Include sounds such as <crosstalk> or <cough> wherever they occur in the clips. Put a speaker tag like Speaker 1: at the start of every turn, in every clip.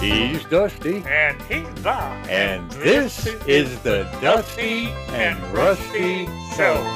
Speaker 1: He's Dusty,
Speaker 2: And he's Bob.
Speaker 1: and this is the Dusty and Rusty Show.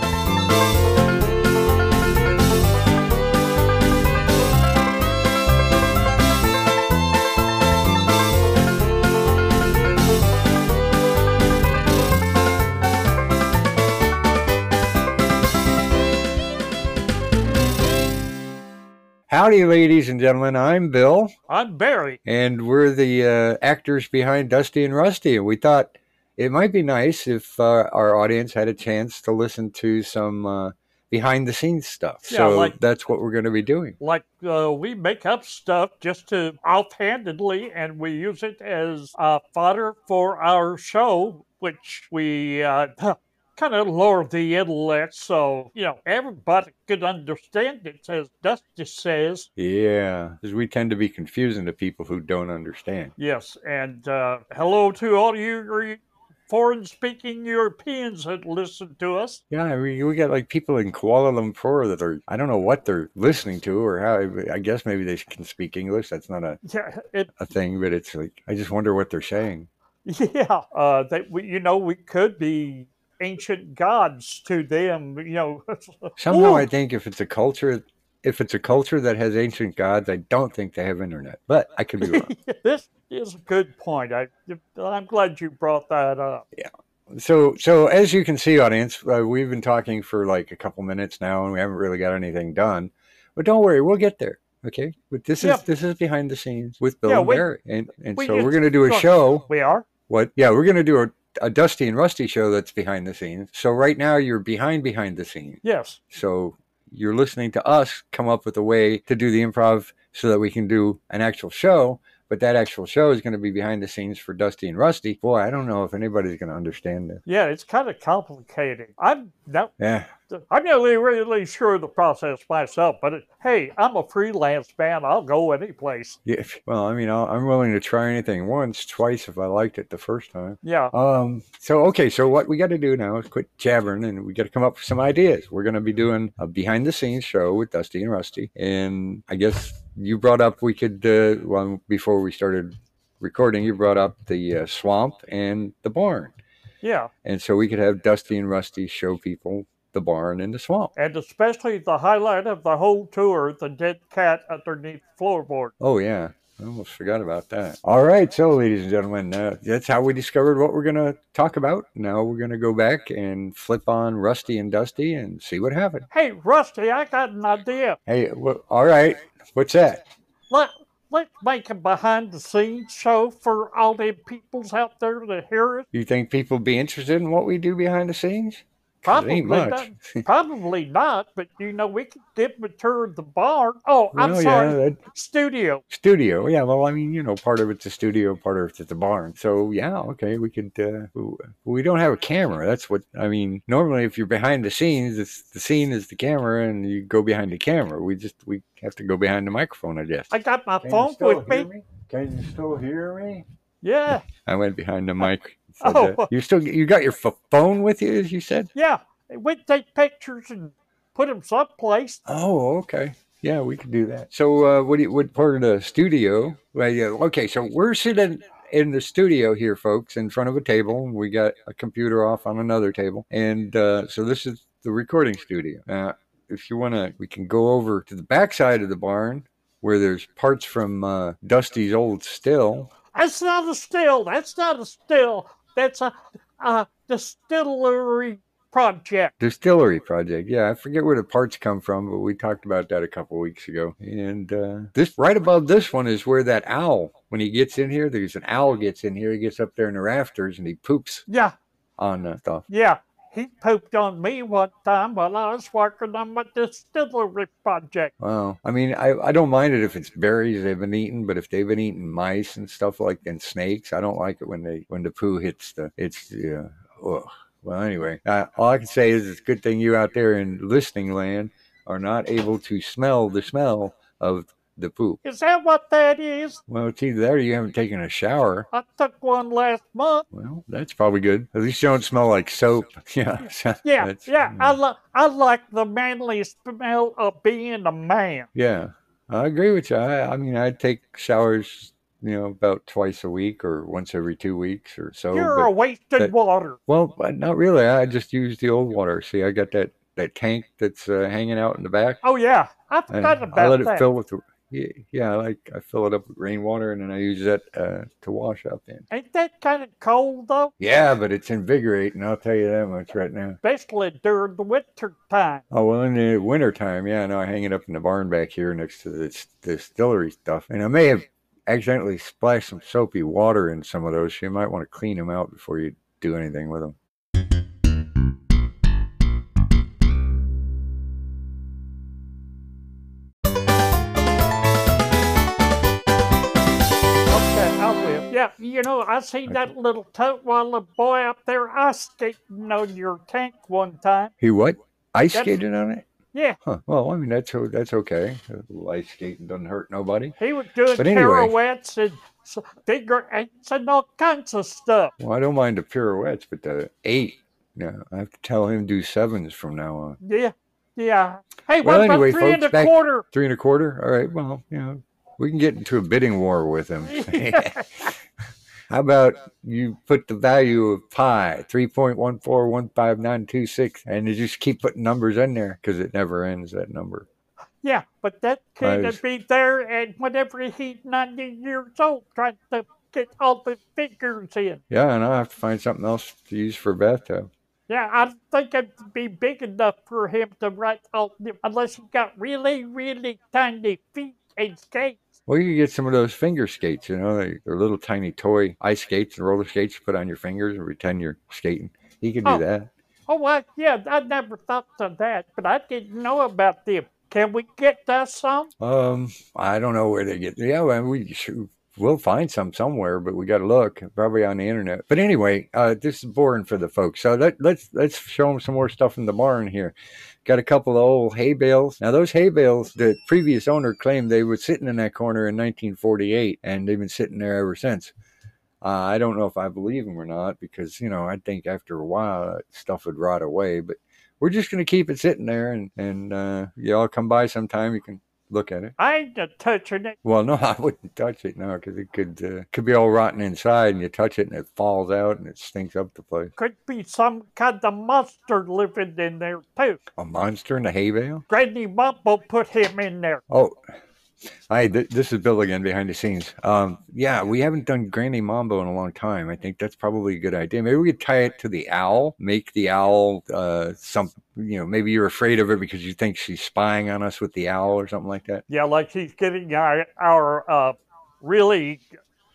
Speaker 1: Howdy, ladies and gentlemen. I'm Bill.
Speaker 2: I'm Barry.
Speaker 1: and we're the uh, actors behind Dusty and Rusty. And we thought it might be nice if uh, our audience had a chance to listen to some uh, behind the scenes stuff.
Speaker 2: Yeah,
Speaker 1: so
Speaker 2: like-
Speaker 1: that's what we're going to be doing.
Speaker 2: Like uh, we make up stuff just to offhandedly, and we use it as uh, fodder for our show, which we uh, <laughs> kind of lower the intellect so you know everybody could understand it. As Dusty says,
Speaker 1: Yeah, because we tend to be confusing to people who don't understand.
Speaker 2: Yes, and uh, hello to all you re- foreign-speaking Europeans that listen to us.
Speaker 1: Yeah, we, we got like people in Kuala Lumpur that are, I don't know what they're listening to or how, I guess maybe they can speak English. That's not a,
Speaker 2: <laughs> Yeah, it,
Speaker 1: a thing, but it's like, I just wonder what they're
Speaker 2: <laughs>
Speaker 1: saying.
Speaker 2: yeah. Uh, that we, you know, we could be ancient gods to them. You
Speaker 1: <laughs>
Speaker 2: know,
Speaker 1: Somehow,
Speaker 2: Ooh.
Speaker 1: I think if it's a culture, if it's a culture that has ancient gods, I don't think they have internet. But I could be
Speaker 2: <laughs>
Speaker 1: wrong.
Speaker 2: this is a good point. I, I'm glad you brought that up.
Speaker 1: so, so as you can see, audience, uh, we've been talking for like a couple minutes now, and we haven't really got anything done. But don't worry, we'll get there. Okay, but this
Speaker 2: Yeah.
Speaker 1: is this is behind the scenes with Bill
Speaker 2: Yeah,
Speaker 1: and
Speaker 2: we-
Speaker 1: Barry, and and
Speaker 2: we
Speaker 1: so
Speaker 2: just-
Speaker 1: we're gonna do a
Speaker 2: sure.
Speaker 1: show.
Speaker 2: We are.
Speaker 1: What? Yeah, we're gonna do a, a Dusty and Rusty show that's behind the scenes. So right now you're behind behind the scenes.
Speaker 2: Yes.
Speaker 1: So you're listening to us come up with a way to do the improv so that we can do an actual show. But that actual show is going to be behind the scenes for Dusty and Rusty. Boy, I don't know if anybody's going to understand this.
Speaker 2: Yeah, it's kind of complicated. I'm not
Speaker 1: Yeah. <laughs>
Speaker 2: I'm not really, really sure of the process myself, but it, hey, I'm a freelance man. I'll go any place.
Speaker 1: yeah. Well, I mean, I'll, I'm willing to try anything once, twice if I liked it the first time.
Speaker 2: Yeah.
Speaker 1: Um. So okay. So what we got to do now is quit jabbering, and we got to come up with some ideas. We're going to be doing a behind the scenes show with Dusty and Rusty, and I guess you brought up we could. Uh, well, before we started recording, you brought up the uh, swamp and the barn,
Speaker 2: Yeah.
Speaker 1: and so we could have Dusty and Rusty show people the barn and the swamp.
Speaker 2: And especially the highlight of the whole tour, the dead cat underneath the floorboard.
Speaker 1: Oh yeah. I almost forgot about that. All right, so ladies and gentlemen, uh, that's how we discovered what we're going to talk about. Now we're going to go back and flip on Rusty and Dusty and see what happens.
Speaker 2: Hey, Rusty, I got an idea.
Speaker 1: Hey, wha- all right. What's that?
Speaker 2: Let, let's make a behind the scenes show for all the peoples out there to hear it.
Speaker 1: You think people be interested in what we do behind the scenes? 'Cause it
Speaker 2: Probably
Speaker 1: ain't
Speaker 2: not.
Speaker 1: much.
Speaker 2: <laughs> Probably not, but you know, we could dip a tour of the barn. Oh, I'm
Speaker 1: Well,
Speaker 2: sorry,
Speaker 1: Yeah, that
Speaker 2: studio.
Speaker 1: studio. Yeah. Well, I mean, you know, part of it's a studio, part of it's at the barn. So yeah, okay, we could. Uh, w- we don't have a camera. That's what I mean. Normally, if you're behind the scenes, it's the scene is the camera, and you go behind the camera. We just we have to go behind the microphone, I guess.
Speaker 2: I got my phone with me.
Speaker 1: Can you still hear me?
Speaker 2: Yeah,
Speaker 1: I went behind the mic. and said
Speaker 2: <laughs> Oh.
Speaker 1: that. You still you got your ph phone with you, as you said.
Speaker 2: yeah. We'd take pictures and put them someplace.
Speaker 1: Oh, okay. Yeah, we could do that. So, uh, what do you, what part of the studio? Well, yeah, okay. So we're sitting in the studio here, folks, in front of a table. We got a computer off on another table, and uh, so this is the recording studio. Uh, if you want to, we can go over to the backside of the barn where there's parts from uh, Dusty's old still.
Speaker 2: That's not a still. That's not a still. That's a, a distillery project.
Speaker 1: Distillery project. Yeah, I forget where the parts come from, but we talked about that a couple weeks ago. And uh, this right above this one is where that owl, when he gets in here, there's an owl gets in here. He gets up there in the rafters and he poops
Speaker 2: Yeah,
Speaker 1: on the stuff.
Speaker 2: yeah. He pooped on me one time while I was working on my distillery project.
Speaker 1: Wow. I mean, I, I don't mind it if it's berries they've been eating, but if they've been eating mice and stuff like and snakes, I don't like it when they when the poo hits the it's yeah. Ugh. Well, anyway, uh, all I can say is it's a good thing you out there in listening land are not able to smell the smell of the poop.
Speaker 2: Is that what that is?
Speaker 1: Well, it's either that or you haven't taken a shower.
Speaker 2: I took one last month.
Speaker 1: Well, that's probably good. At least you don't smell like soap. <laughs> Yeah. so
Speaker 2: Yeah,
Speaker 1: that's- hmm. mm.
Speaker 2: yeah. I, li- I like the manly smell of being a man.
Speaker 1: Yeah, I agree with you. I, I mean, I take showers you know, about twice a week or once every two weeks or so.
Speaker 2: You're
Speaker 1: Oh, but-
Speaker 2: a wasted
Speaker 1: that-
Speaker 2: water.
Speaker 1: well, but not really. I just use the old water. See, I got that that tank that's uh, hanging out in the back.
Speaker 2: Oh yeah, I
Speaker 1: and
Speaker 2: forgot
Speaker 1: I let
Speaker 2: about
Speaker 1: it
Speaker 2: that.
Speaker 1: fill with the, yeah, yeah, I like I fill it up with rainwater and then I use that uh, to wash up in.
Speaker 2: Ain't that kind of cold though?
Speaker 1: Yeah, but it's invigorating. I'll tell you that much right now.
Speaker 2: Especially during the winter time.
Speaker 1: Oh well, in the wintertime, yeah, no, I hang it up in the barn back here next to the s- distillery stuff, and I may have accidentally splashed some soapy water in some of those. So you might want to clean them out before you do anything with them.
Speaker 2: Okay, I will. Yeah, you know, I seen that little toadwalla boy up there ice skating on your tank one time.
Speaker 1: He what? Ice
Speaker 2: That's-
Speaker 1: skated on it?
Speaker 2: Yeah,
Speaker 1: Huh. Well, I mean that's o- that's okay. A little ice skating doesn't hurt nobody.
Speaker 2: he was doing
Speaker 1: But anyway.
Speaker 2: pirouettes and s- figure eights and all kinds of stuff.
Speaker 1: Well, I don't mind the pirouettes, but the eight. No, I have to tell him to do sevens from now on.
Speaker 2: Yeah, yeah. Hey,
Speaker 1: Well,
Speaker 2: what
Speaker 1: anyway,
Speaker 2: about three and
Speaker 1: folks,
Speaker 2: a
Speaker 1: back- <laughs>
Speaker 2: quarter? <laughs>
Speaker 1: Three and a quarter. All right. Well, you know, we can get into a bidding war with
Speaker 2: <laughs>
Speaker 1: him. <laughs> How about you put the value of pi three point one four one five nine two six, and you just keep putting numbers in there because it never ends. That number.
Speaker 2: Yeah, but that
Speaker 1: I
Speaker 2: kid
Speaker 1: was-
Speaker 2: would be there, and whenever he's 90 years old, trying to get all the figures in.
Speaker 1: Yeah, and I'll have to find something else to use for a bathtub.
Speaker 2: Yeah, I don't think it'd be big enough for him to write all the, unless he got really, really tiny feet and skates.
Speaker 1: Well, you could get some of those finger skates. You know, they- they're little tiny toy ice skates and roller skates you put on your fingers and pretend you're skating. You could do
Speaker 2: Oh.
Speaker 1: that.
Speaker 2: Oh, I, yeah, I never thought of that, but I didn't know about them. Can we get us some?
Speaker 1: Um, I don't know where they get. Yeah, well, we should, we'll find some somewhere, but we got to look probably on the internet. But anyway, uh, this is boring for the folks. So let, let's let's show them some more stuff in the barn here. Got a couple of old hay bales. Now those hay bales, the previous owner claimed they were sitting in that corner in 1948, and they've been sitting there ever since. Uh, I don't know if I believe him or not because you know I think after a while that stuff would rot away, but. We're just gonna keep it sitting there, and and uh, y'all come by sometime. You can look at it.
Speaker 2: I ain't a touching it.
Speaker 1: Well, no, <laughs> I wouldn't touch it now because it could uh, could be all rotten inside, and you touch it and it falls out and it stinks up the place.
Speaker 2: Could be some kind of monster living in there, too.
Speaker 1: A monster in a hay bale?
Speaker 2: Granny Mumble put him in there.
Speaker 1: Oh, hi, th- this is Bill again behind the scenes. Um, yeah, we haven't done Granny Mambo in a long time. I think that's probably a good idea. Maybe we could tie it to the owl, make the owl uh, some. You know, maybe you're afraid of her because you think she's spying on us with the owl or something like that.
Speaker 2: Yeah, like he's getting our, our uh, really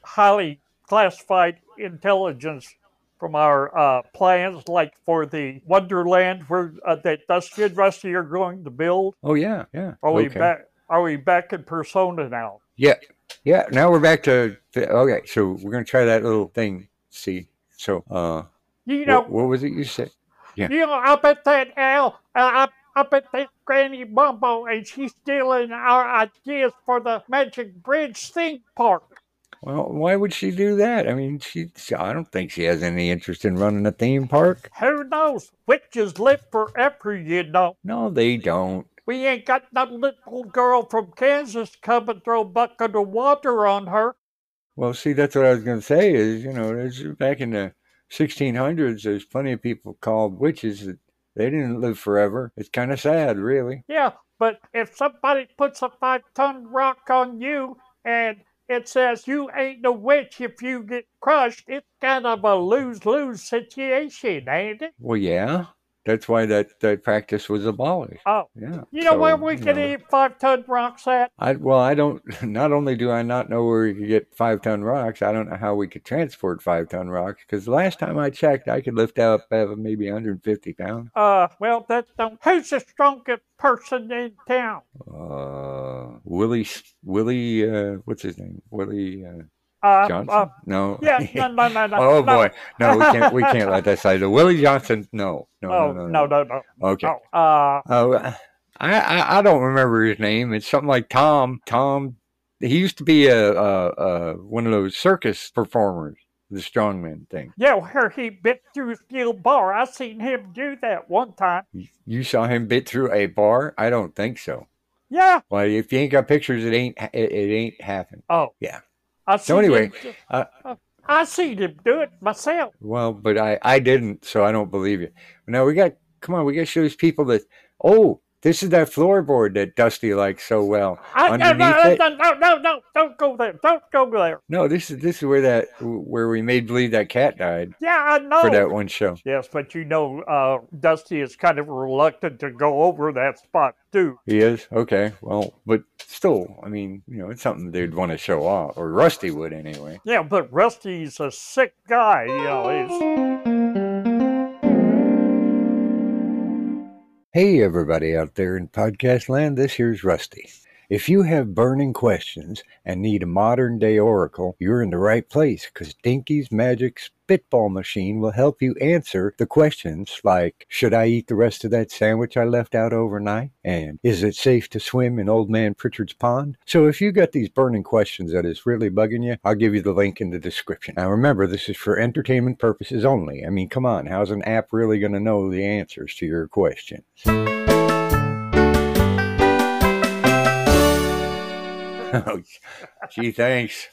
Speaker 2: highly classified intelligence from our uh, plans, like for the Wonderland where uh, that Dusty and Rusty are going to build.
Speaker 1: Oh yeah, yeah.
Speaker 2: Are we back? Are we back in persona now?
Speaker 1: Yeah, yeah. Now we're back to, to okay. So we're gonna try that little thing. See, so uh,
Speaker 2: You know,
Speaker 1: what, what was it you said? yeah.
Speaker 2: you know, up at that Al, uh, up up at that Granny Bumbo, and she's stealing our ideas for the Magic Bridge theme park.
Speaker 1: Well, why would she do that? I mean, she. she- I don't think she has any interest in running a theme park.
Speaker 2: Who knows? Witches live forever, you know.
Speaker 1: No, they don't.
Speaker 2: We ain't got no little girl from Kansas come and throw a bucket of water on her.
Speaker 1: Well, see, that's what I was gonna say. Is you know, there's, back in the 1600s, there's plenty of people called witches that they didn't live forever. It's kind of sad, really.
Speaker 2: Yeah, but if somebody puts a five ton rock on you and it says you ain't a witch if you get crushed, it's kind of a lose lose situation, ain't it?
Speaker 1: Well, yeah, that's why that that practice was abolished.
Speaker 2: Oh,
Speaker 1: Yeah.
Speaker 2: you know
Speaker 1: so,
Speaker 2: where we
Speaker 1: you
Speaker 2: can
Speaker 1: know.
Speaker 2: eat five ton rocks at?
Speaker 1: I well, I don't. <laughs> Not only do I not know where we could get five ton rocks, I don't know how we could transport five ton rocks. Because last time I checked, I could lift up uh, maybe 150 pounds.
Speaker 2: Uh, well, that's the, who's the strongest person in town?
Speaker 1: Uh, Willie S- Willie, uh, what's his name? Willie uh,
Speaker 2: Uh,
Speaker 1: Johnson?
Speaker 2: Uh,
Speaker 1: no. <laughs>
Speaker 2: yeah, no, no, no, no.
Speaker 1: oh
Speaker 2: no.
Speaker 1: boy, no, we can't.
Speaker 2: <laughs>
Speaker 1: We can't let that slide. The Willie Johnson? No, no,
Speaker 2: Oh,
Speaker 1: no,
Speaker 2: no, no, no.
Speaker 1: Okay.
Speaker 2: Oh, uh,
Speaker 1: Oh, uh, I, I I don't remember his name. It's something like Tom. Tom. He used to be a, a, a one of those circus performers, the strongman thing.
Speaker 2: Yeah, where he bit through a steel bar. I seen him do that one time.
Speaker 1: You saw him bit through a bar? I don't think so.
Speaker 2: Yeah.
Speaker 1: Well, if you ain't got pictures, it ain't it, it ain't happened.
Speaker 2: Oh.
Speaker 1: Yeah.
Speaker 2: I seen
Speaker 1: anyway,
Speaker 2: him,
Speaker 1: uh,
Speaker 2: I seen him do it myself.
Speaker 1: Well, but I, I didn't, so I don't believe you. Now we got come on, we got to show these people that oh, this is that floorboard that Dusty likes so well.
Speaker 2: I, no,
Speaker 1: Underneath
Speaker 2: no,
Speaker 1: it-
Speaker 2: no, no, no, no, don't go there. Don't go there.
Speaker 1: No, this is this is where that where we made believe that cat died
Speaker 2: Yeah, I know.
Speaker 1: for that one show.
Speaker 2: Yes, but you know, uh, Dusty is kind of reluctant to go over that spot too.
Speaker 1: He is okay. Well, but still, I mean, you know, it's something they'd want to show off, or Rusty would anyway.
Speaker 2: Yeah, but Rusty's a sick guy, you know. He's,
Speaker 1: Hey, everybody out there in podcast land, this here's Rusty. If you have burning questions and need a modern day oracle, you're in the right place because Dinky's Magic Spitball Machine will help you answer the questions like Should I eat the rest of that sandwich I left out overnight? And Is it safe to swim in Old Man Pritchard's Pond? So if you got these burning questions that is really bugging you, I'll give you the link in the description. Now remember, this is for entertainment purposes only. I mean, come on, how's an app really going to know the answers to your questions? Oh, gee, thanks.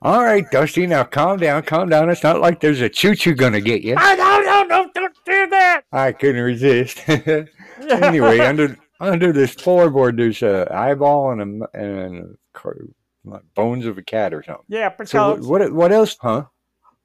Speaker 1: All right, Dusty, now calm down, calm down. It's not like there's a choo choo gonna get you.
Speaker 2: I no, no, no, don't do that. <laughs>
Speaker 1: I couldn't resist. <laughs> anyway, uh, under under this floorboard, there's a eyeball and a m- and a car- like bones of a cat or something.
Speaker 2: yeah, because
Speaker 1: So wh- what what else? Huh?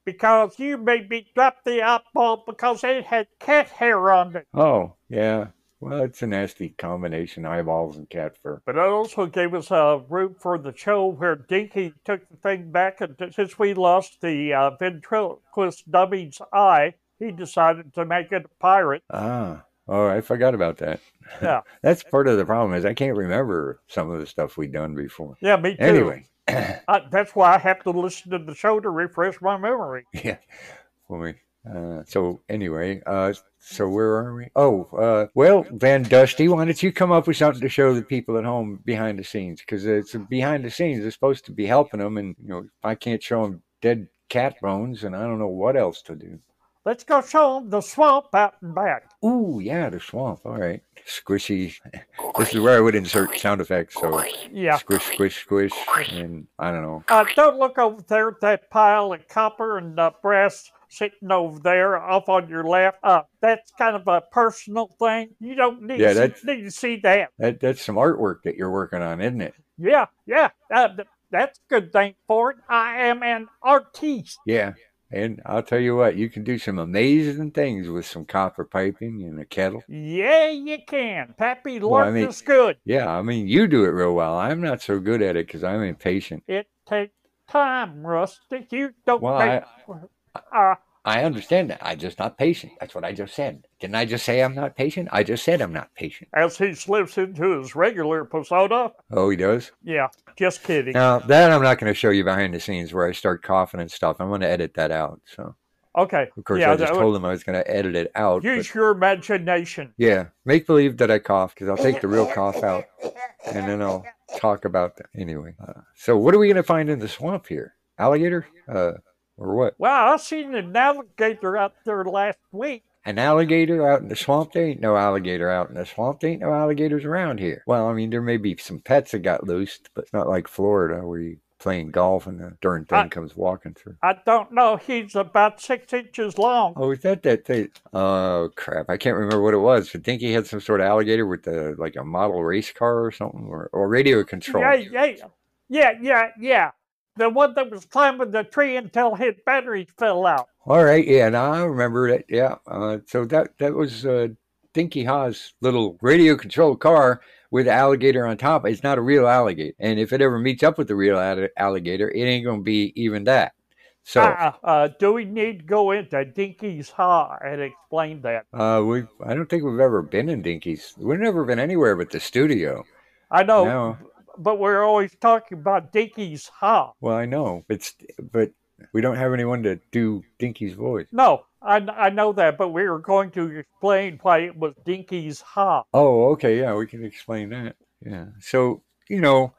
Speaker 2: because you made me drop the eyeball because it had cat hair on it.
Speaker 1: Oh yeah. Well, it's a nasty combination: eyeballs and cat fur.
Speaker 2: But it also gave us a room for the show where Dinky took the thing back, and since we lost the uh, ventriloquist dummy's eye, he decided to make it a pirate.
Speaker 1: Ah, oh, I forgot about that.
Speaker 2: Yeah.
Speaker 1: <laughs> That's part of the problem is I can't remember some of the stuff we'd done before.
Speaker 2: Yeah, me too.
Speaker 1: Anyway.
Speaker 2: I, that's why I have to listen to the show to refresh my memory.
Speaker 1: <laughs> Yeah. When we, uh, so anyway, uh, so where are we? Oh, uh, well, Van Dusty, why don't you come up with something to show the people at home behind the scenes? Because it's behind the scenes. It's supposed to be helping them, and you know, if I can't show them dead cat bones, and I don't know what else to do.
Speaker 2: Let's go show 'em the swamp out and back.
Speaker 1: Ooh, yeah, the swamp. All right, squishy. This is where I would insert sound effects. So
Speaker 2: Yeah.
Speaker 1: squish, squish, squish, and I don't know.
Speaker 2: Uh, don't look over there at that pile of copper and uh, brass sitting over there off on your left. Uh, that's kind of a personal thing. You don't need,
Speaker 1: Yeah,
Speaker 2: to, see,
Speaker 1: that's-
Speaker 2: need to see that.
Speaker 1: That that's some artwork that you're working on, isn't it?
Speaker 2: Yeah, yeah. Uh, th- that's a good thing for it. I am an artiste.
Speaker 1: Yeah. And I'll tell you what, you can do some amazing things with some copper piping and a kettle.
Speaker 2: Yeah, you can. Pappy
Speaker 1: Well, I
Speaker 2: learned
Speaker 1: mean-
Speaker 2: this good.
Speaker 1: Yeah, I mean, you do it real well. I'm not so good at it because I'm impatient.
Speaker 2: It takes time, Rusty. You don't
Speaker 1: Well,
Speaker 2: make. uh,
Speaker 1: I understand that. I'm just not patient. That's what I just said. Didn't I just say I'm not patient? I just said I'm not patient.
Speaker 2: as he slips into his regular persona.
Speaker 1: Oh, he does?
Speaker 2: Yeah, just kidding.
Speaker 1: Now, that I'm not going to show you behind the scenes where I start coughing and stuff. I'm going to edit that out. So,
Speaker 2: okay.
Speaker 1: of course,
Speaker 2: yeah,
Speaker 1: I just
Speaker 2: that-
Speaker 1: told him I was going to edit it out. but-
Speaker 2: use your imagination.
Speaker 1: Yeah, make believe that I cough because I'll take the real cough out, and then I'll talk about that anyway. Uh, so, what are we gonna find in the swamp here? Alligator, uh, or what?
Speaker 2: Well, I seen an alligator out there last week.
Speaker 1: An alligator out in the swamp? There ain't no alligator out in the swamp. There ain't no alligators around here. Well, I mean, there may be some pets that got loosed, but it's not like Florida where you playing golf and the darn thing
Speaker 2: I-
Speaker 1: comes walking through.
Speaker 2: I don't know. He's about six inches long.
Speaker 1: Oh, is that that thing? Oh crap! I can't remember what it was. I think he had some sort of alligator with the like a model race car or something, or, or radio control.
Speaker 2: Yeah, yeah, yeah, yeah, yeah. The one that was climbing the tree until his battery fell out.
Speaker 1: All right, yeah, now I remember that. Yeah, uh, so that that was uh, Dinky Ha's little radio-controlled car with the alligator on top. It's not a real alligator, and if it ever meets up with the real alli- alligator, it ain't gonna be even that. So
Speaker 2: Uh, uh, do we need to go into Dinky's Ha and explain that?
Speaker 1: uh, we, I don't think we've ever been in Dinky's. We've never been anywhere but the studio.
Speaker 2: I know,
Speaker 1: No.
Speaker 2: but we're always talking about Dinky's Ha.
Speaker 1: Well, I know it's, but we don't have anyone to do Dinky's voice.
Speaker 2: No, I, I know that, but we were going to explain why it was Dinky's Ha.
Speaker 1: Oh, okay. Yeah, we can explain that. Yeah. So, you know,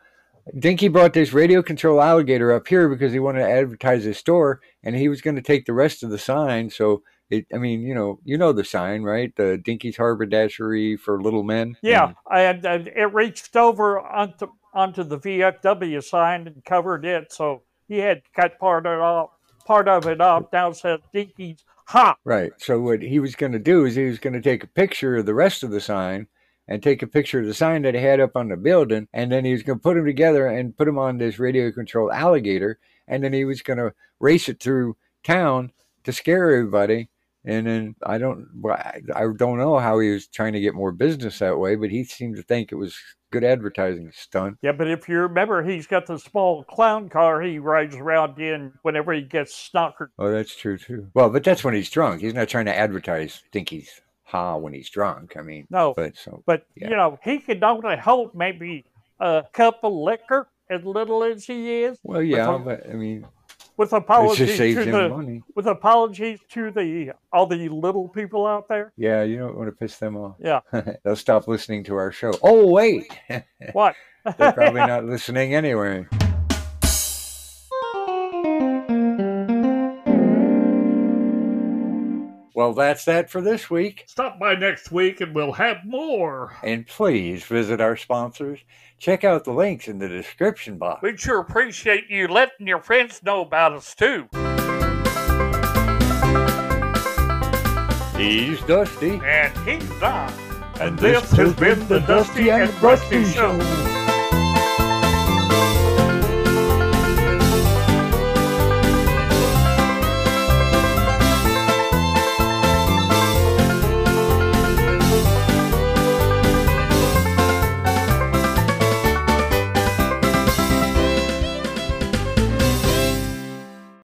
Speaker 1: Dinky brought this radio control alligator up here because he wanted to advertise his store and he was going to take the rest of the sign. So, it, I mean, you know, you know the sign, right? The Dinky's Harbor Dashery for little men.
Speaker 2: Yeah,
Speaker 1: And-
Speaker 2: and, and it reached over onto onto the VFW sign and covered it. So he had cut part of it off, part of it off. Now says Dinky's hot.
Speaker 1: Right. So what he was going to do is he was going to take a picture of the rest of the sign and take a picture of the sign that he had up on the building, and then he was going to put them together and put them on this radio controlled alligator, and then he was going to race it through town to scare everybody. And then I don't, I I don't know how he was trying to get more business that way, but he seemed to think it was good advertising stunt.
Speaker 2: Yeah, but if you remember, he's got the small clown car he rides around in whenever he gets snockered.
Speaker 1: Oh, that's true too. Well, but that's when he's drunk. He's not trying to advertise. Think he's ha when he's drunk. I mean,
Speaker 2: No, but,
Speaker 1: but so yeah.
Speaker 2: you know, he could only hold maybe a cup of liquor, as little as he is,
Speaker 1: well, yeah.
Speaker 2: But-
Speaker 1: But I mean,
Speaker 2: with
Speaker 1: it
Speaker 2: apologies
Speaker 1: just saves
Speaker 2: to
Speaker 1: him
Speaker 2: the
Speaker 1: money.
Speaker 2: with apologies to the all the little people out there.
Speaker 1: Yeah, you don't want to piss them off.
Speaker 2: Yeah.
Speaker 1: <laughs> They'll stop listening to our show. Oh, wait. <laughs>
Speaker 2: What?
Speaker 1: They're probably not listening anyway. Well, that's that for this week.
Speaker 2: Stop by next week and we'll have more.
Speaker 1: And please visit our sponsors. Check out the links in the description box.
Speaker 2: We'd sure appreciate you letting your friends know about us too.
Speaker 1: He's Dusty.
Speaker 2: And he's not. And this has been the Dusty and Rusty Show.